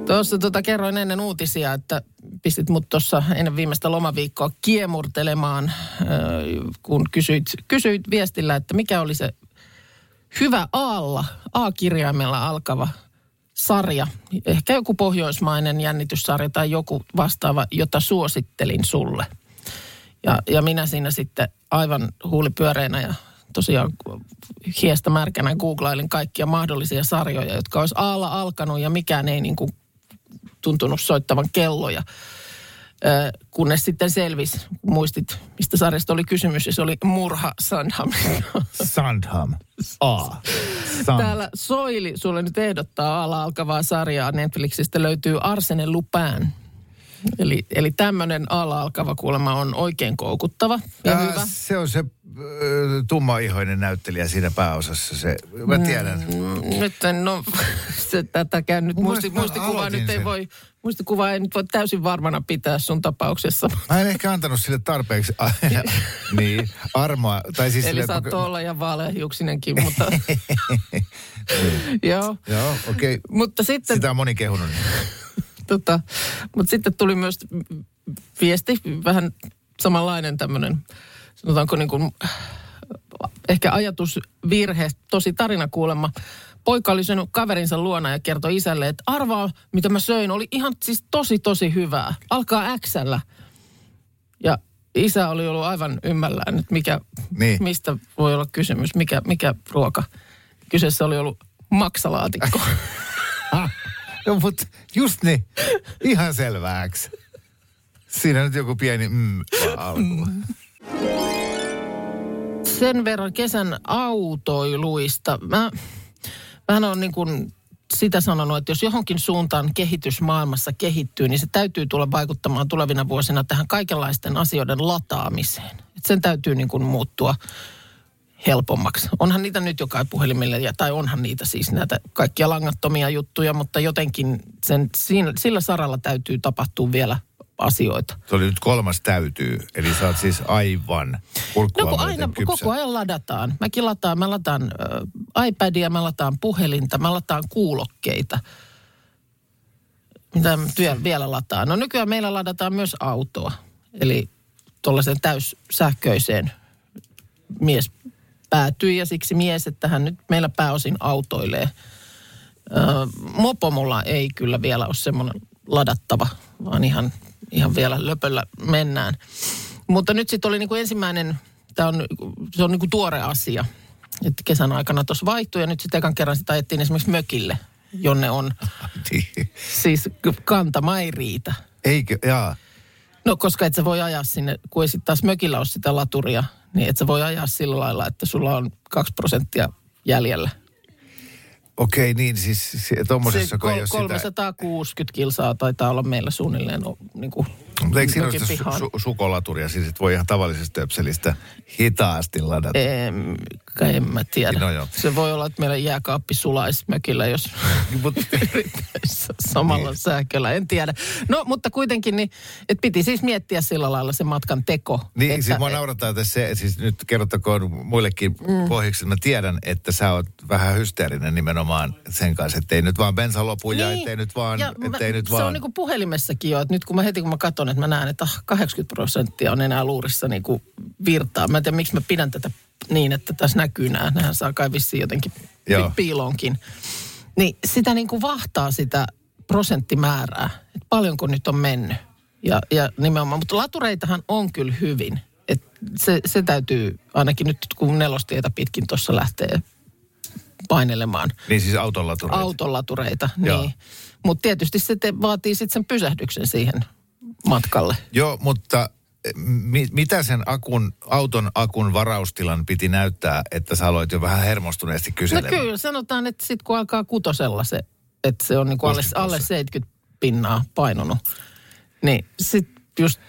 Speaker 4: Tuossa tota, kerroin ennen uutisia, että pistit mut tuossa ennen viimeistä lomaviikkoa kiemurtelemaan, ö, kun kysyit, kysyit viestillä, että mikä oli se hyvä aalla, A-kirjaimella alkava sarja. Ehkä joku pohjoismainen jännityssarja tai joku vastaava, jota suosittelin sulle. Ja, ja minä siinä sitten aivan huulipyöreinä ja tosiaan hiestä märkänä googlailin kaikkia mahdollisia sarjoja, jotka olisi aalla alkanut ja mikään ei niin kuin tuntunut soittavan kelloja. Ö, kunnes sitten selvisi, muistit, mistä sarjasta oli kysymys, ja se oli Murha
Speaker 2: *laughs*
Speaker 4: Sandham.
Speaker 2: Sandham. A. Sand.
Speaker 4: Täällä Soili sulle nyt ehdottaa ala alkavaa sarjaa. Netflixistä löytyy Arsene Lupin. Eli, eli tämmöinen ala alkava kuulemma on oikein koukuttava ja
Speaker 2: Ää,
Speaker 4: hyvä.
Speaker 2: Se on se äh, tummaihoinen näyttelijä siinä pääosassa. Se, mä
Speaker 4: Mm.
Speaker 2: tiedän.
Speaker 4: Nyt en, no, *laughs* se, tätäkään nyt
Speaker 2: Mun
Speaker 4: muisti,
Speaker 2: mielestä mä
Speaker 4: muistikuvaa
Speaker 2: aloitin
Speaker 4: nyt ei
Speaker 2: sen.
Speaker 4: voi, muistikuvaa ei nyt voi täysin varmana pitää sun tapauksessa.
Speaker 2: Mä en ehkä antanut sille tarpeeksi
Speaker 4: *laughs*
Speaker 2: a- *laughs* niin, armoa. Tai siis
Speaker 4: Eli
Speaker 2: sille,
Speaker 4: saattoi olla ja vaaleahiuksinenkin, mutta joo.
Speaker 2: Joo, okei. Okay.
Speaker 4: Mutta sitten,
Speaker 2: Sitä on moni kehunut.
Speaker 4: tota, mutta sitten tuli myös viesti, vähän samanlainen tämmöinen, sanotaanko niin kuin, ehkä ajatusvirhe, tosi tarinakuulemma. Poika oli syönyt kaverinsa luona ja kertoi isälle, että arvaa, mitä mä söin, oli ihan siis tosi, tosi hyvää. Alkaa Xllä. Ja isä oli ollut aivan ymmällään, että mikä,
Speaker 2: Niin.
Speaker 4: niin. mistä voi olla kysymys, mikä, mikä ruoka. Kyseessä oli ollut maksalaatikko.
Speaker 2: Ah, no mut just niin. Ihan selvääks. Siinä nyt joku pieni mm, vaan alkuun.
Speaker 4: sen verran kesän autoiluista. Mä vähän on niin kuin sitä sanonut, että jos johonkin suuntaan kehitys maailmassa kehittyy, niin se täytyy tulla vaikuttamaan tulevina vuosina tähän kaikenlaisten asioiden lataamiseen. Et sen täytyy niin kuin muuttua helpommaksi. Onhan niitä nyt joka puhelimella, ja, tai onhan niitä siis näitä kaikkia langattomia juttuja, mutta jotenkin sen, siinä, sillä saralla täytyy tapahtua vielä asioita.
Speaker 2: Se oli nyt kolmas täytyy, eli sä oot siis aivan
Speaker 4: No
Speaker 2: kurkkua
Speaker 4: kun
Speaker 2: myöten
Speaker 4: aina
Speaker 2: kypsä.
Speaker 4: koko ajan ladataan. Mäkin lataan, mä lataan äh, iPadia, mä lataan puhelinta, mä lataan kuulokkeita. Mitä mä työ- vielä lataan? No nykyään meillä ladataan myös autoa. Eli tuollaisen täyssähköiseen mies päätyi ja siksi mies, että hän nyt meillä pääosin autoilee. Öö, mopo mulla ei kyllä vielä ole semmoinen ladattava, vaan ihan, ihan vielä löpöllä mennään. Mutta nyt sitten oli niinku ensimmäinen, tää on, se on niinku tuore asia, että kesän aikana tuossa vaihtui ja nyt sitten ekan kerran sitä ajettiin esimerkiksi mökille, jonne on siis kantama ei riitä.
Speaker 2: Eikö, jaa.
Speaker 4: No koska et sä voi ajaa sinne, kun ei sit taas mökillä ole sitä laturia, niin et sä voi ajaa sillä lailla, että sulla on 2 prosenttia jäljellä.
Speaker 2: Okei, niin siis se-
Speaker 4: Se
Speaker 2: tommosessa kun ei
Speaker 4: kol-
Speaker 2: ole sitä.
Speaker 4: 360 kilsaa taitaa olla meillä suunnilleen no, niin kuin
Speaker 2: Mutta eikö siinä ole
Speaker 4: mökin
Speaker 2: sitä
Speaker 4: pihaan.
Speaker 2: su- su- sukolaturia, siis et voi ihan tavallisesta töpselistä hitaasti ladata.
Speaker 4: Em, kai en mä tiedä.
Speaker 2: No joo.
Speaker 4: Se voi olla, että meillä jääkaappi sulaisi mökillä, jos *laughs*
Speaker 2: Mut,
Speaker 4: yrittäisi
Speaker 2: Niin.
Speaker 4: samalla sähköllä. En tiedä. No, mutta kuitenkin, niin, että piti siis miettiä sillä lailla se matkan teko.
Speaker 2: niin,
Speaker 4: että,
Speaker 2: siis mua naurataan tässä se, siis nyt kerrottakoon muillekin mm. pohjiksi, mä tiedän, että sä oot vähän hysteerinen nimenomaan sen kanssa, ettei nyt vaan bensa lopu ja ettei nyt vaan,
Speaker 4: Niin. Ja mä-
Speaker 2: ettei nyt
Speaker 4: se
Speaker 2: vaan.
Speaker 4: on niinku puhelimessakin jo, että nyt kun mä heti kun mä katson, että mä näen, että ah, 80 prosenttia on enää luurissa niinku virtaa. Mä en tiedä, miksi mä pidän tätä niin, että tässä näkyy nämä. Nämähän saa kai vissiin jotenkin pi-
Speaker 2: Joo.
Speaker 4: piiloonkin. Niin sitä niinku vahtaa sitä prosenttimäärää, että paljonko nyt on mennyt. Ja, ja nimenomaan, mutta latureitahan on kyllä hyvin. Et se, se täytyy ainakin nyt, kun nelostietä pitkin tuossa lähtee painelemaan
Speaker 2: Niin siis autolaturit.
Speaker 4: autolatureita.
Speaker 2: Joo.
Speaker 4: Niin. Mutta tietysti se te, vaatii sitten sen pysähdyksen siihen matkalle. No
Speaker 2: Joo, mutta eh, mi- mitä sen akun, auton akun varaustilan piti näyttää, että sä aloit jo vähän hermostuneesti
Speaker 4: No
Speaker 2: kyselemään?
Speaker 4: kyllä, sanotaan, että sitten kun alkaa kutosella se, että se on niinku alle,
Speaker 2: 60
Speaker 4: alle 70 pinnaa painunut, niin sitten just...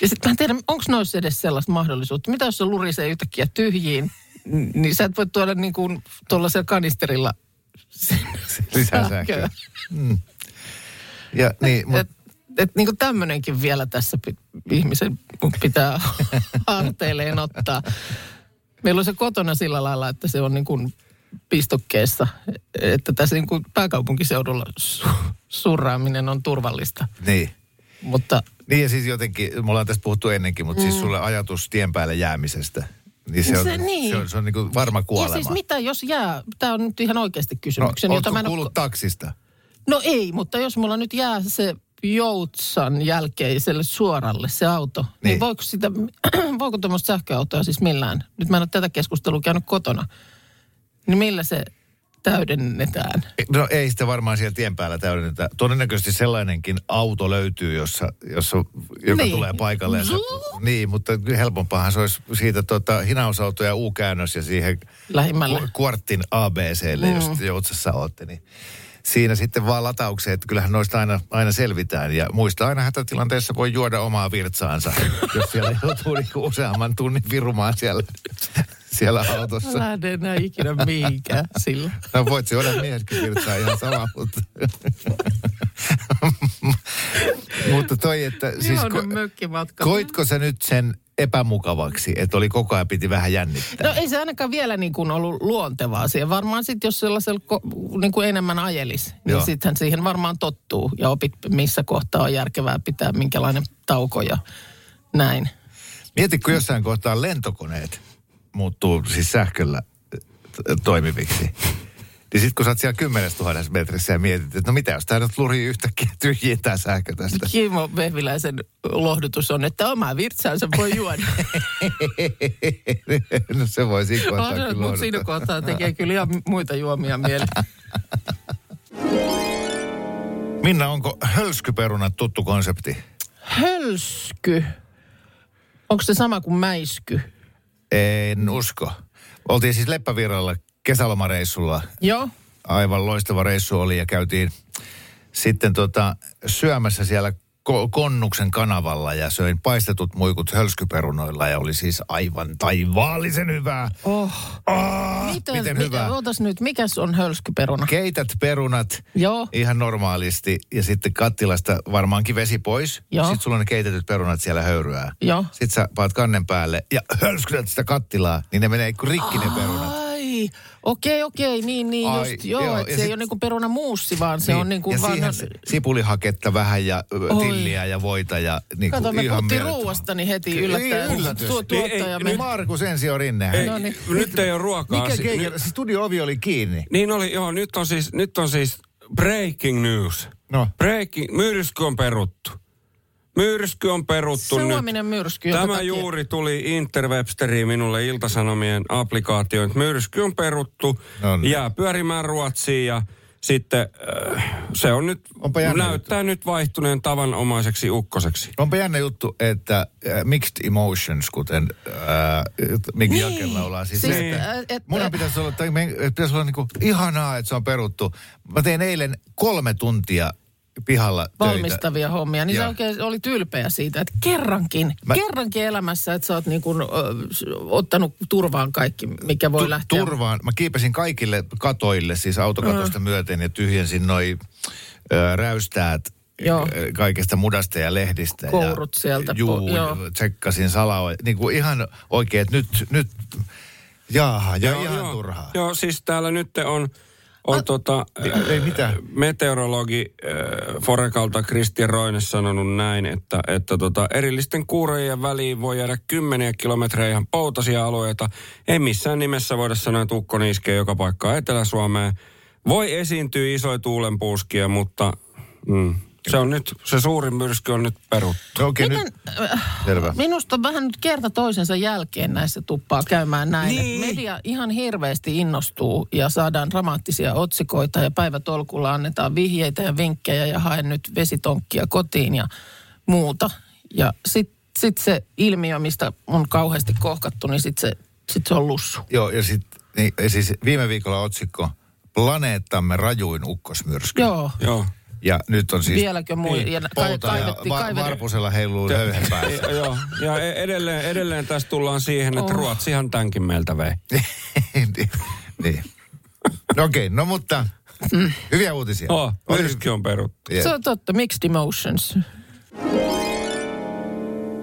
Speaker 4: Ja sitten mä en tiedä, onko noissa edes sellaista mahdollisuutta. Mitä jos se lurisee yhtäkkiä tyhjiin, n- niin sä et voi tuoda niin kuin tuollaisella kanisterilla sinne
Speaker 2: *laughs* Lisää sähköä. Ja, niin, mut,
Speaker 4: Et, et niin tämmöinenkin vielä tässä pi- ihmisen pitää *laughs* harteilleen ottaa. Meillä on se kotona sillä lailla, että se on niin kuin pistokkeessa, että tässä niin kuin pääkaupunkiseudulla su- surraaminen on turvallista.
Speaker 2: niin.
Speaker 4: Mutta
Speaker 2: niin ja siis jotenkin, me ollaan tästä puhuttu ennenkin, mutta mm. siis sulle ajatus tien päälle jäämisestä, niin se on,
Speaker 4: Se niin.
Speaker 2: Se on, se on niin kuin varma kuolema.
Speaker 4: ja siis mitä jos jää, tämä on nyt ihan oikeasti
Speaker 2: no,
Speaker 4: kysymyksen,
Speaker 2: ootko
Speaker 4: en oo-
Speaker 2: kuullut taksista?
Speaker 4: No ei, mutta jos mulla nyt jää se Joutsan jälkeiselle suoralle se auto, niin,
Speaker 2: Niin.
Speaker 4: niin voiko, sitä, *clears throat* voiko tuommoista sähköautoa siis millään? Nyt mä en ole tätä keskustelua käynyt kotona. Niin millä se täydennetään?
Speaker 2: No ei sitä varmaan siellä tien päällä täydennetä. Todennäköisesti sellainenkin auto löytyy, jossa, jossa joka
Speaker 4: Niin.
Speaker 2: tulee paikalle. Ja sä-
Speaker 4: Zuu.
Speaker 2: niin, mutta helpompahan se olisi siitä tota, hinausauto ja U-käännös ja siihen
Speaker 4: Lähimmälle.
Speaker 2: ku- kuartin ABClle, mm. jos Joutsassa olette. Niin siinä sitten vaan lataukseen, että kyllähän noista aina, aina selvitään. Ja muista aina hätätilanteessa voi juoda omaa virtsaansa, *laughs* jos siellä joutuu niinku useamman tunnin virumaan siellä, *laughs* siellä autossa.
Speaker 4: Mä lähden enää ikinä mihinkään sillä.
Speaker 2: No voit se olla mieskin kirjoittaa ihan sama, mutta... mutta toi, että siis
Speaker 4: Siis ko-
Speaker 2: ko-
Speaker 4: mökkimatka.
Speaker 2: koitko sä nyt sen epämukavaksi, että oli koko ajan piti vähän jännittää?
Speaker 4: No ei se ainakaan vielä niin kuin ollut luontevaa siihen. Varmaan sitten, jos sellaisella ko- niin kuin enemmän ajelis,
Speaker 2: Joo.
Speaker 4: niin sittenhän siihen varmaan tottuu ja opit, missä kohtaa on järkevää pitää, minkälainen tauko ja näin.
Speaker 2: Mietitkö jossain kohtaa lentokoneet muuttuu siis sähköllä t- toimiviksi? Niin sit kun sä oot siellä 10 000 metrissä ja mietit, että no mitä jos tää nyt lurii yhtäkkiä tyhjiin tää sähkö tästä.
Speaker 4: Kimmo Vehviläisen lohdutus on, että omaa virtsaansa voi juoda.
Speaker 2: *laughs* no se *laughs* voi siinä kohtaa kyllä
Speaker 4: Mutta siinä
Speaker 2: lohduttaa.
Speaker 4: kohtaa tekee kyllä ihan muita juomia mieli.
Speaker 2: *laughs* Minna, onko hölskyperunat tuttu konsepti?
Speaker 4: Hölsky. Onko se sama kuin mäisky?
Speaker 2: En usko. Oltiin siis Leppävirralla kesälomareissulla.
Speaker 4: Joo.
Speaker 2: Aivan loistava reissu oli ja käytiin sitten tota syömässä siellä ko- Konnuksen kanavalla ja söin paistetut muikut hölskyperunoilla ja oli siis aivan taivaallisen hyvää.
Speaker 4: Oh.
Speaker 2: Ah,
Speaker 4: Mitä,
Speaker 2: miten
Speaker 4: mi-
Speaker 2: hyvää.
Speaker 4: Ootas nyt, mikäs on hölskyperuna?
Speaker 2: Keität perunat
Speaker 4: Joo.
Speaker 2: ihan normaalisti ja sitten kattilasta varmaankin vesi pois.
Speaker 4: Joo.
Speaker 2: Sitten sulla on ne keitetyt perunat siellä höyryää.
Speaker 4: Joo.
Speaker 2: Sitten sä paat kannen päälle ja hölskytät sitä kattilaa, niin ne menee kuin rikki ne
Speaker 4: Ah,
Speaker 2: perunat.
Speaker 4: Ai, okei, okei, niin, niin,
Speaker 2: Ai,
Speaker 4: just, joo,
Speaker 2: joo,
Speaker 4: joo että
Speaker 2: ja
Speaker 4: se
Speaker 2: sit-
Speaker 4: sit...
Speaker 2: Niin,
Speaker 4: ei ole niinku peruna muussi, vaan se on niinku
Speaker 2: ja
Speaker 4: vaan...
Speaker 2: siihen si- sipulihaketta vähän ja ö,
Speaker 4: Oi.
Speaker 2: tilliä ja voita ja niin
Speaker 4: Kato, me
Speaker 2: ihan
Speaker 4: puhuttiin
Speaker 2: mielettömän.
Speaker 4: ruuasta, niin heti
Speaker 2: Kyllä,
Speaker 4: yllättäen
Speaker 2: yllätys.
Speaker 4: tuo
Speaker 3: Niin, ei,
Speaker 4: tuottaja
Speaker 3: nyt-
Speaker 4: me...
Speaker 2: Ei, Markus Ensio Rinne.
Speaker 3: Ei,
Speaker 4: No niin.
Speaker 3: Nyt ei ole ruokaa.
Speaker 2: Mikä
Speaker 3: Si-
Speaker 2: keikeri?
Speaker 3: nyt-
Speaker 2: Se studio-ovi oli kiinni.
Speaker 3: Niin oli, joo, nyt on siis, nyt on siis breaking news.
Speaker 2: No.
Speaker 3: Breaking, myrsky on peruttu. Myrsky on peruttu nyt.
Speaker 4: Suominen myrsky, jonka
Speaker 3: Tämä
Speaker 4: takia-
Speaker 3: juuri tuli Interwebsteriin minulle iltasanomien applikaatioon. että Myrsky on peruttu,
Speaker 2: No niin.
Speaker 3: jää pyörimään Ruotsiin ja sitten äh, se on nyt,
Speaker 2: Onpa jännä
Speaker 3: näyttää nyt vaihtuneen tavanomaiseksi ukkoseksi.
Speaker 2: Onpa jännä juttu, että äh, mixed emotions, kuten äh, Mikki
Speaker 4: Niin.
Speaker 2: niin. Jakel laulaa. Siis
Speaker 4: Siis,
Speaker 2: se, että,
Speaker 4: äh, et-
Speaker 2: munhan pitäisi olla, tai meidän- että pitäisi olla niinku ihanaa, että se on peruttu. Mä tein eilen kolme tuntia pihalla töitä.
Speaker 4: valmistavia hommia, niin sä
Speaker 2: Joo.
Speaker 4: oikein olit ylpeä siitä, että kerrankin,
Speaker 2: Mä-
Speaker 4: kerrankin elämässä, että sä oot niin kuin, ö, s- ottanut turvaan kaikki, mikä voi
Speaker 2: Tu-
Speaker 4: lähteä.
Speaker 2: Turvaan. Mä kiipesin kaikille katoille, siis autokatosta
Speaker 4: Mm.
Speaker 2: myöten ja tyhjensin noi ö, räystäät
Speaker 4: Joo.
Speaker 2: ö, kaikesta mudasta ja lehdistä.
Speaker 4: Kourut
Speaker 2: ja,
Speaker 4: sieltä po-
Speaker 2: Juu,
Speaker 4: joo.
Speaker 2: joo. tsekkasin salaa. Niin kuin ihan oikein, että nyt, nyt, jaaha, ja ihan
Speaker 3: joo,
Speaker 2: turhaa.
Speaker 3: Joo, siis täällä nyt on, on tota,
Speaker 2: Ei- ei mitään.
Speaker 3: meteorologi äh, Forekalta Christian Roine sanonut näin, että, että tota, erillisten kuurojen väliin voi jäädä kymmeniä kilometrejä ihan poutasia alueita. Ei missään nimessä voida sanoa, että ukko iskee joka paikkaa Etelä-Suomeen. Voi esiintyä isoja tuulenpuuskia, mutta mm, se on nyt, se suurin myrsky on nyt peruttu.
Speaker 2: No Okei, okay,
Speaker 4: Miten, äh,
Speaker 2: nyt, selvä.
Speaker 4: minusta vähän nyt kerta toisensa jälkeen näissä tuppaa käymään näin.
Speaker 3: Niin.
Speaker 4: Niin. Media ihan hirveästi innostuu ja saadaan dramaattisia otsikoita ja päivätolkulla annetaan vihjeitä ja vinkkejä ja haen nyt vesitonkkia kotiin ja muuta. Ja sitten sit se ilmiö, mistä on kauheasti kohkattu, niin sitten se, sit se on lussu.
Speaker 2: Joo, ja sitten niin, ja siis viime viikolla otsikko, planeettamme rajuin ukkosmyrsky.
Speaker 4: Joo.
Speaker 3: Joo.
Speaker 2: Ja nyt on siis
Speaker 4: Vieläkö muu?
Speaker 3: Niin.
Speaker 4: Ja kai,
Speaker 2: pouta ja
Speaker 4: kaivettiin,
Speaker 2: va-
Speaker 4: kaivettiin.
Speaker 2: varpusella heiluu löyhempää.
Speaker 3: Ja, joo, ja e- edelleen, edelleen tässä tullaan siihen, että
Speaker 4: Oh.
Speaker 3: Ruotsihan tämänkin meiltä vei.
Speaker 2: niin. *laughs* niin. No okei, no mutta hyviä uutisia.
Speaker 3: Oh, myrsky on peruttu.
Speaker 2: Jep.
Speaker 4: Se on totta, mixed emotions.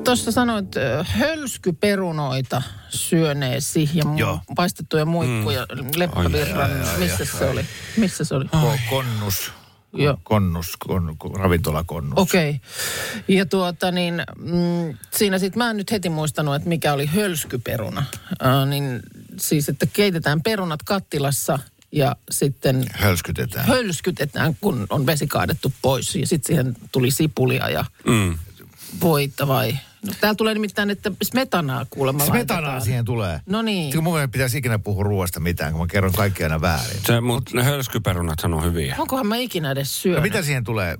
Speaker 4: Tuossa sanoit ö, hölskyperunoita syöneesi ja
Speaker 2: Joo.
Speaker 4: mu- paistettuja muikkuja, mm. leppävirran, missä se oli? Missä se oli?
Speaker 2: Ko- konnus.
Speaker 4: Joo. Oh.
Speaker 2: Konnus, kon, ko- ravintolakonnus.
Speaker 4: Okei. Okay. Ja tuota niin, mm, siinä sitten mä en nyt heti muistanut, että mikä oli hölskyperuna. Äh, niin siis, että keitetään perunat kattilassa ja sitten
Speaker 2: Hölskytetään.
Speaker 4: hölskytetään, kun on vesi kaadettu pois. Ja sitten siihen tuli sipulia ja
Speaker 3: Mm.
Speaker 4: voita vai? No, täällä tulee nimittäin, että smetanaa kuulemma
Speaker 2: Smetanaa Siis siihen tulee.
Speaker 4: No niin.
Speaker 2: Sitten Mun ei pitäisi ikinä puhua ruoasta mitään, kun mä kerron kaikki aina väärin.
Speaker 3: Se, mutta ne hölskyperunathan on hyviä.
Speaker 4: Onkohan mä ikinä edes syönyt?
Speaker 2: No mitä siihen tulee?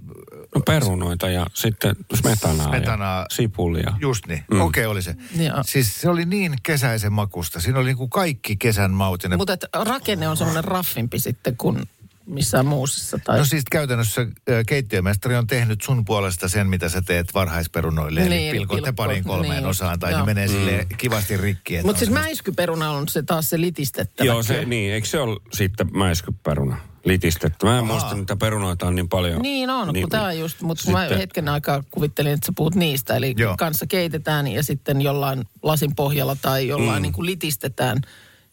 Speaker 3: No perunoita ja sitten smetanaa,
Speaker 2: Smetanaa.
Speaker 3: ja sipulia.
Speaker 2: Just niin. Mm. Okei, okay, oli se.
Speaker 4: Joo.
Speaker 2: Siis se oli niin kesäisen makusta. Siinä oli niinku kaikki kesän maut. Ja ne
Speaker 4: Mutta et rakenne on semmoinen raffimpi sitten kuin missään muusissa. Tai...
Speaker 2: No siis käytännössä ö, keittiömestari on tehnyt sun puolesta sen, mitä sä teet varhaisperunoille. Niin,
Speaker 4: Niin,
Speaker 2: eli pilkot ne
Speaker 4: pilkko-
Speaker 2: pariin kolmeen
Speaker 4: niin
Speaker 2: niin,
Speaker 4: just,
Speaker 2: osaan, tai
Speaker 4: joo.
Speaker 2: ne
Speaker 3: Mm.
Speaker 2: menee sille kivasti rikki. että
Speaker 4: Mutta
Speaker 2: on
Speaker 4: siis
Speaker 2: semmoista-
Speaker 4: mäiskyperuna on se taas se litistettävä.
Speaker 3: Joo, se, niin, eikö se ole sitten mäiskyperuna litistetty? Mä en Aha. muista, niitä perunoita on niin paljon.
Speaker 4: Niin on, niin, kun tämä just, mutta mä
Speaker 3: Sitten-
Speaker 4: hetken aikaa kuvittelin, että sä puhut niistä. Eli Joo.
Speaker 2: Joo.
Speaker 4: kanssa keitetään ja sitten jollain lasin pohjalla tai jollain mm. niin kuin litistetään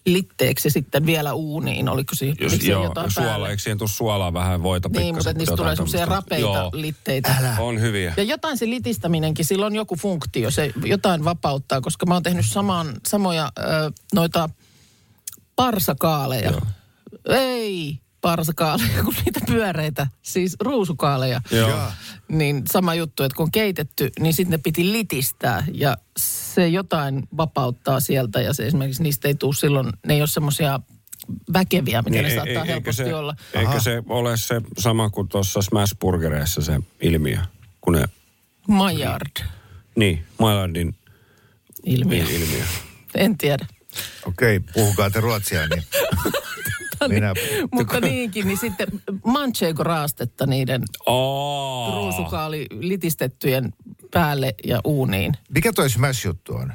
Speaker 4: litteeksi ja sitten vielä uuniin. Oliko siihen
Speaker 3: Jos,
Speaker 4: oliko siihen
Speaker 3: joo,
Speaker 4: jotain
Speaker 3: suola,
Speaker 4: päälle?
Speaker 3: eikö siihen tule suolaa vähän voita
Speaker 4: tota Niin, mutta
Speaker 3: pikkasen,
Speaker 4: et niistä
Speaker 3: jotain
Speaker 4: tulee semmoisia
Speaker 3: tämmöistä.
Speaker 4: rapeita
Speaker 3: Joo,
Speaker 4: litteitä.
Speaker 3: on hyviä.
Speaker 4: Ja jotain se litistäminenkin, sillä on joku funktio, se jotain vapauttaa, koska mä oon tehnyt samaan, samoja ö, noita parsakaaleja. Joo. Ei parsakaaleja, kun niitä pyöreitä, siis ruusukaaleja.
Speaker 3: Joo.
Speaker 4: Niin sama juttu, että kun on keitetty, niin sitten ne piti litistää ja se jotain vapauttaa sieltä ja se esimerkiksi niistä ei tule silloin, ne ei ole semmoisia väkeviä, mitä niin, ne
Speaker 3: ei-
Speaker 4: saattaa
Speaker 3: ei-
Speaker 4: helposti
Speaker 3: e- se,
Speaker 4: olla.
Speaker 3: Eikö se ole se sama kuin tuossa Smashburgereissa se ilmiö, kun ne,
Speaker 4: Majard-ilmiö.
Speaker 3: niin, Mailandin ilmiö.
Speaker 4: En tiedä. *laughs*
Speaker 2: Okei, puhukaa te ruotsia, niin
Speaker 4: mutta,
Speaker 2: Minä-
Speaker 4: niin, *laughs* mutta niinkin, niin sitten manchego raastetta niiden
Speaker 3: Oh.
Speaker 4: ruusukaali litistettyjen päälle ja uuniin.
Speaker 2: Mikä toi smash-juttu on?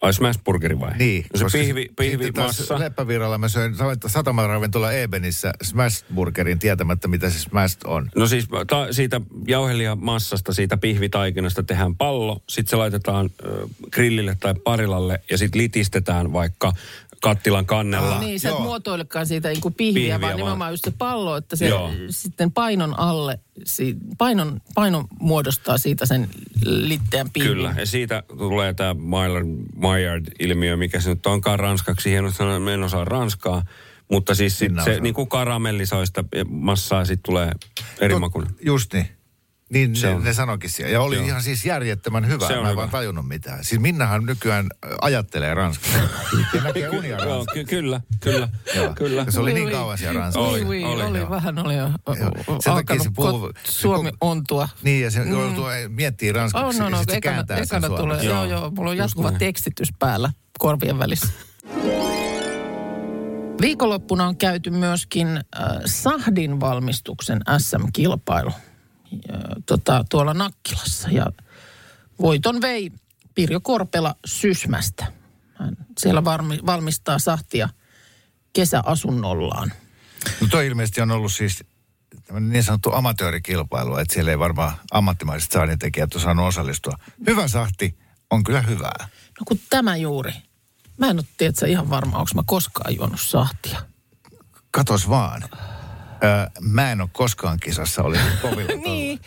Speaker 3: Ai smashburgeri vai?
Speaker 2: Niin.
Speaker 3: No
Speaker 2: koska
Speaker 3: se pihvi,
Speaker 2: sitten
Speaker 3: pihvimassa.
Speaker 2: Taas leppävirralla mä söin sa- satamaravintola Ebenissä smash-burgerin tietämättä, mitä se smash on.
Speaker 3: No siis ta, siitä jauhelijamassasta, siitä pihvitaikinasta tehdään pallo, sitten se laitetaan ö, grillille tai parilalle ja sitten litistetään vaikka kattilan kannella.
Speaker 2: Ah,
Speaker 4: Niin, sä et
Speaker 2: joo.
Speaker 4: muotoilekaan siitä niin kuin pihviä,
Speaker 3: Pihviä
Speaker 4: pihviä, vaan
Speaker 3: vaan.
Speaker 4: nimenomaan just se pallo, että se
Speaker 3: Joo.
Speaker 4: sitten painon alle, si- painon, painon muodostaa siitä sen litteän pihvin.
Speaker 3: Kyllä, ja siitä tulee tämä Maillard-ilmiö, mikä se nyt onkaan ranskaksi. Hieno sana, mä en osaa ranskaa. Mutta siis sit
Speaker 2: Minä
Speaker 3: se
Speaker 2: osaan.
Speaker 3: niin kuin karamellisoista massaa sitten tulee eri
Speaker 2: Tot-
Speaker 3: makuinen.
Speaker 2: Just niin. Niin
Speaker 3: Se
Speaker 2: ne,
Speaker 3: on.
Speaker 2: ne sanokin siellä. Ja oli
Speaker 3: Joo.
Speaker 2: Joo. ihan siis järjettömän hyvä.
Speaker 3: Se on
Speaker 2: Mä en
Speaker 3: hyvä.
Speaker 2: vaan tajunnut mitään. Siis Minnahan nykyään äh, ajattelee
Speaker 3: *laughs*
Speaker 2: ranskaa. ja näkee unia
Speaker 3: Joo,
Speaker 2: ranskaa.
Speaker 3: ky- kyllä, kyllä,
Speaker 2: Joo.
Speaker 3: kyllä.
Speaker 2: Ja Se oli
Speaker 4: Ui,
Speaker 2: niin
Speaker 4: ui.
Speaker 2: kauan siellä
Speaker 4: Ui,
Speaker 2: Ranskassa.
Speaker 3: Oli,
Speaker 4: ui, oli,
Speaker 3: oli,
Speaker 4: oli,
Speaker 2: joo.
Speaker 4: vähän oli jo
Speaker 2: Joo.
Speaker 4: sen alkanut se puhuu, Suomi
Speaker 2: se ko-
Speaker 4: ontua.
Speaker 2: Niin, ja se joutuu mm. miettimään
Speaker 4: On,
Speaker 2: ranskaksi
Speaker 4: no,
Speaker 2: ja
Speaker 4: no,
Speaker 2: sitten se
Speaker 4: ekana,
Speaker 2: kääntää sen
Speaker 4: ekana tulee.
Speaker 2: suomeksi.
Speaker 4: Joo,
Speaker 3: Joo,
Speaker 4: joo, mulla on
Speaker 3: just
Speaker 4: jatkuva
Speaker 3: näin.
Speaker 4: tekstitys päällä korvien välissä. Viikonloppuna on käyty myöskin äh, sahdin valmistuksen SM-kilpailu ja, tota, tuolla Nakkilassa. Ja voiton vei Pirjo Korpela Sysmästä. Hän siellä varmi, valmistaa sahtia kesäasunnollaan.
Speaker 2: No toi ilmeisesti on ollut siis tämmöinen niin sanottu amatöörikilpailu, että siellä ei varmaan ammattimaiset saanintekijät ole saanut osallistua. Hyvä sahti on kyllä hyvää.
Speaker 4: No kun tämä juuri. Mä en ole tiedä, ihan varma, onko mä koskaan juonut sahtia.
Speaker 2: Katos vaan. Öö, mä en ole koskaan kisassa ollut
Speaker 3: *laughs*
Speaker 2: kovilla niin.
Speaker 4: Niin.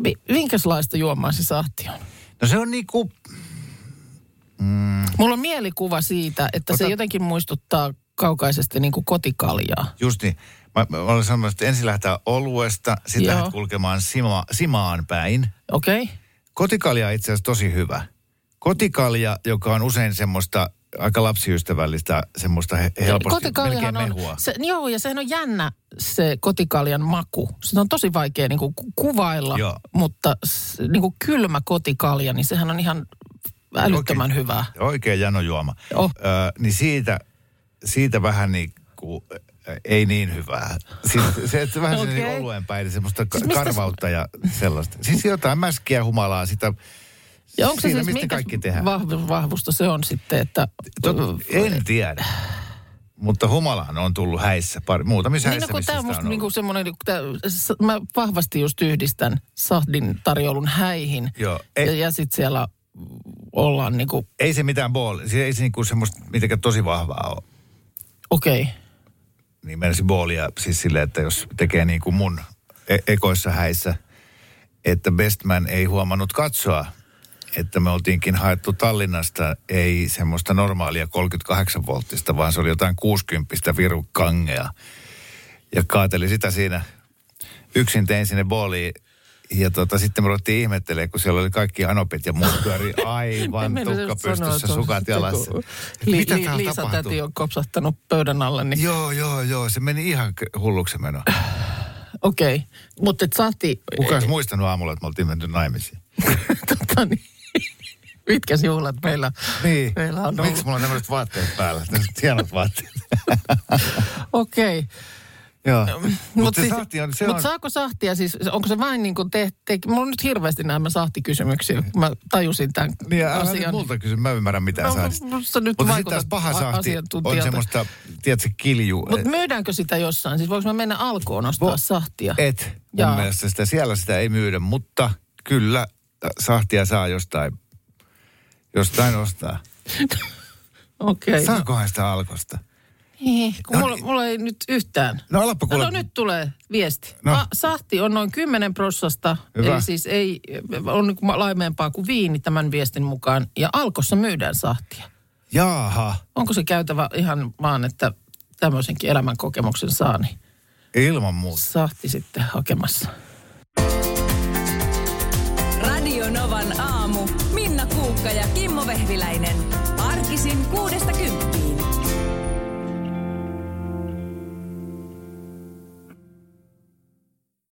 Speaker 4: Mi- Minkälaista juomaa se sahti on?
Speaker 2: No se on niinku,
Speaker 4: Mulla on mielikuva siitä, että Ota... se
Speaker 2: Ota-
Speaker 4: jotenkin muistuttaa kaukaisesti niin kuin kotikaljaa.
Speaker 2: just niin, mä, mä olen sanonut, että ensin lähdetään oluesta,
Speaker 4: Joo.
Speaker 2: sitten lähdet kulkemaan sima, simaan päin.
Speaker 4: Okei? Okay?
Speaker 2: Kotikalja on itse asiassa tosi hyvä. Kotikalja, joka on usein semmoista aika lapsiystävällistä, semmoista he- helposti, melkein
Speaker 4: on,
Speaker 2: mehua.
Speaker 4: se, joo, ja sehän on jännä se kotikaljan maku. Se on tosi vaikea niin kuin kuvailla, joo.
Speaker 2: Joo.
Speaker 4: mutta s- niin kuin kylmä kotikalja, niin sehän on ihan älyttömän
Speaker 2: Oikein-
Speaker 4: okay. hyvää. Oh.
Speaker 2: Oikein janojuoma.
Speaker 4: Joo.
Speaker 2: Öö, niin siitä, siitä vähän niin kuin, ei niin hyvää. Siis, se, että vähän okay.
Speaker 4: Okei.
Speaker 2: niin oluen päin, semmoista
Speaker 4: Siis
Speaker 2: siis
Speaker 4: mistä-
Speaker 2: karvautta ja sellaista. Siis jotain mäskiä, humalaa, sitä,
Speaker 4: Ja onko se
Speaker 2: siinä
Speaker 4: siis
Speaker 2: mistä
Speaker 4: minkä
Speaker 2: kaikki tehdään.
Speaker 4: vahv- vahvusta se on sitten, että...
Speaker 2: Tot, en tiedä. Mutta humalahan on tullut häissä, pari, muutamissa
Speaker 4: Niin no,
Speaker 2: häissä,
Speaker 4: kun
Speaker 2: missä
Speaker 4: tämä on
Speaker 2: sitä
Speaker 4: musta
Speaker 2: on
Speaker 4: niinku
Speaker 2: ollut.
Speaker 4: semmoinen, niinku tää- s- mä vahvasti just yhdistän sahdin tarjoulun häihin.
Speaker 2: Joo,
Speaker 4: Ja,
Speaker 2: ei,
Speaker 4: ja sitten siellä ollaan niinku,
Speaker 2: ei se mitään bool, siis ei se niinku semmoista mitenkään tosi vahvaa ole.
Speaker 4: okei. Okay.
Speaker 2: Niin menisin boolia siis silleen, että jos tekee niin kuin mun e- ekoissa häissä, että Bestman ei huomannut katsoa, että me oltiinkin haettu Tallinnasta ei semmoista normaalia 38-volttista, vaan se oli jotain 60 virukangea. Ja kaateli sitä siinä. Yksin tein sinne booliin. Ja tota, sitten me ruvettiin ihmettelemään, kun siellä oli kaikki anopit ja muut
Speaker 4: *laughs*
Speaker 2: pyöri aivan tukka pystyssä, sukat jalassa.
Speaker 4: Li,
Speaker 2: Mitä
Speaker 4: Mitä li,
Speaker 2: täällä
Speaker 4: Liisa
Speaker 2: tapahtuu?
Speaker 4: täti on kopsahtanut pöydän alle, niin Äh,
Speaker 2: Joo, joo, joo. Se meni ihan k- hulluksi meno.
Speaker 4: okei. Okay. Mutta sahti,
Speaker 2: Kuka olisi muistanut aamulla, että me oltiin menty naimisiin?
Speaker 4: *laughs* tota niin, *laughs* mitkä juhlat meillä,
Speaker 2: Niin.
Speaker 4: meillä on ollut.
Speaker 2: Miksi mulla on tämmöiset vaatteet päällä? Tämmöiset hienot
Speaker 4: *laughs*
Speaker 2: vaatteet.
Speaker 4: Okei. Okay.
Speaker 2: joo.
Speaker 4: Mutta
Speaker 2: Mutta
Speaker 4: siis,
Speaker 2: se sahti on, se
Speaker 4: mut
Speaker 2: on...
Speaker 4: saako sahtia siis, onko se vain niin kuin te, te, mulla on nyt hirveästi nämä sahtikysymyksiä, kun mä tajusin tämän
Speaker 2: Niin, älä nyt
Speaker 4: asian.
Speaker 2: multa kysy, mä en ymmärrän mitään
Speaker 4: No,
Speaker 2: sahdista.
Speaker 4: musta nyt
Speaker 2: Mutta sitten
Speaker 4: vaikutat
Speaker 2: taas paha
Speaker 4: a-
Speaker 2: sahti on
Speaker 4: asiantuntijalta.
Speaker 2: semmoista, tiedätkö, kilju.
Speaker 4: Mutta myydäänkö sitä jossain? Siis voinko mä mennä alkoon ostaa
Speaker 2: Vo-
Speaker 4: sahtia?
Speaker 2: Et, mun
Speaker 4: Jaa.
Speaker 2: mielestä sitä, siellä sitä ei myydä, mutta kyllä äh, sahtia saa jostain, jostain ostaa.
Speaker 4: Okei. Okay.
Speaker 2: Saakohan sitä alkosta?
Speaker 4: Niin, kun
Speaker 2: No
Speaker 4: mulla,
Speaker 2: niin.
Speaker 4: mulla ei nyt yhtään.
Speaker 2: No alappa
Speaker 4: No,
Speaker 2: kuule.
Speaker 4: no nyt tulee viesti. No.
Speaker 2: No.
Speaker 4: Ma, sahti on noin 10 prossasta,
Speaker 2: Hyvä.
Speaker 4: eli siis ei, on niinku laimeempaa kuin viini tämän viestin mukaan. Ja alkossa myydään sahtia.
Speaker 2: Jaaha.
Speaker 4: Onko se käytävä ihan vaan, että tämmöisenkin elämänkokemuksen saa, niin
Speaker 2: Ilman muuta.
Speaker 4: sahti sitten hakemassa.
Speaker 1: Radio Novan aamu. Minna Kuukka ja Kimmo Vehviläinen. Arkisin kuudesta kymppiin.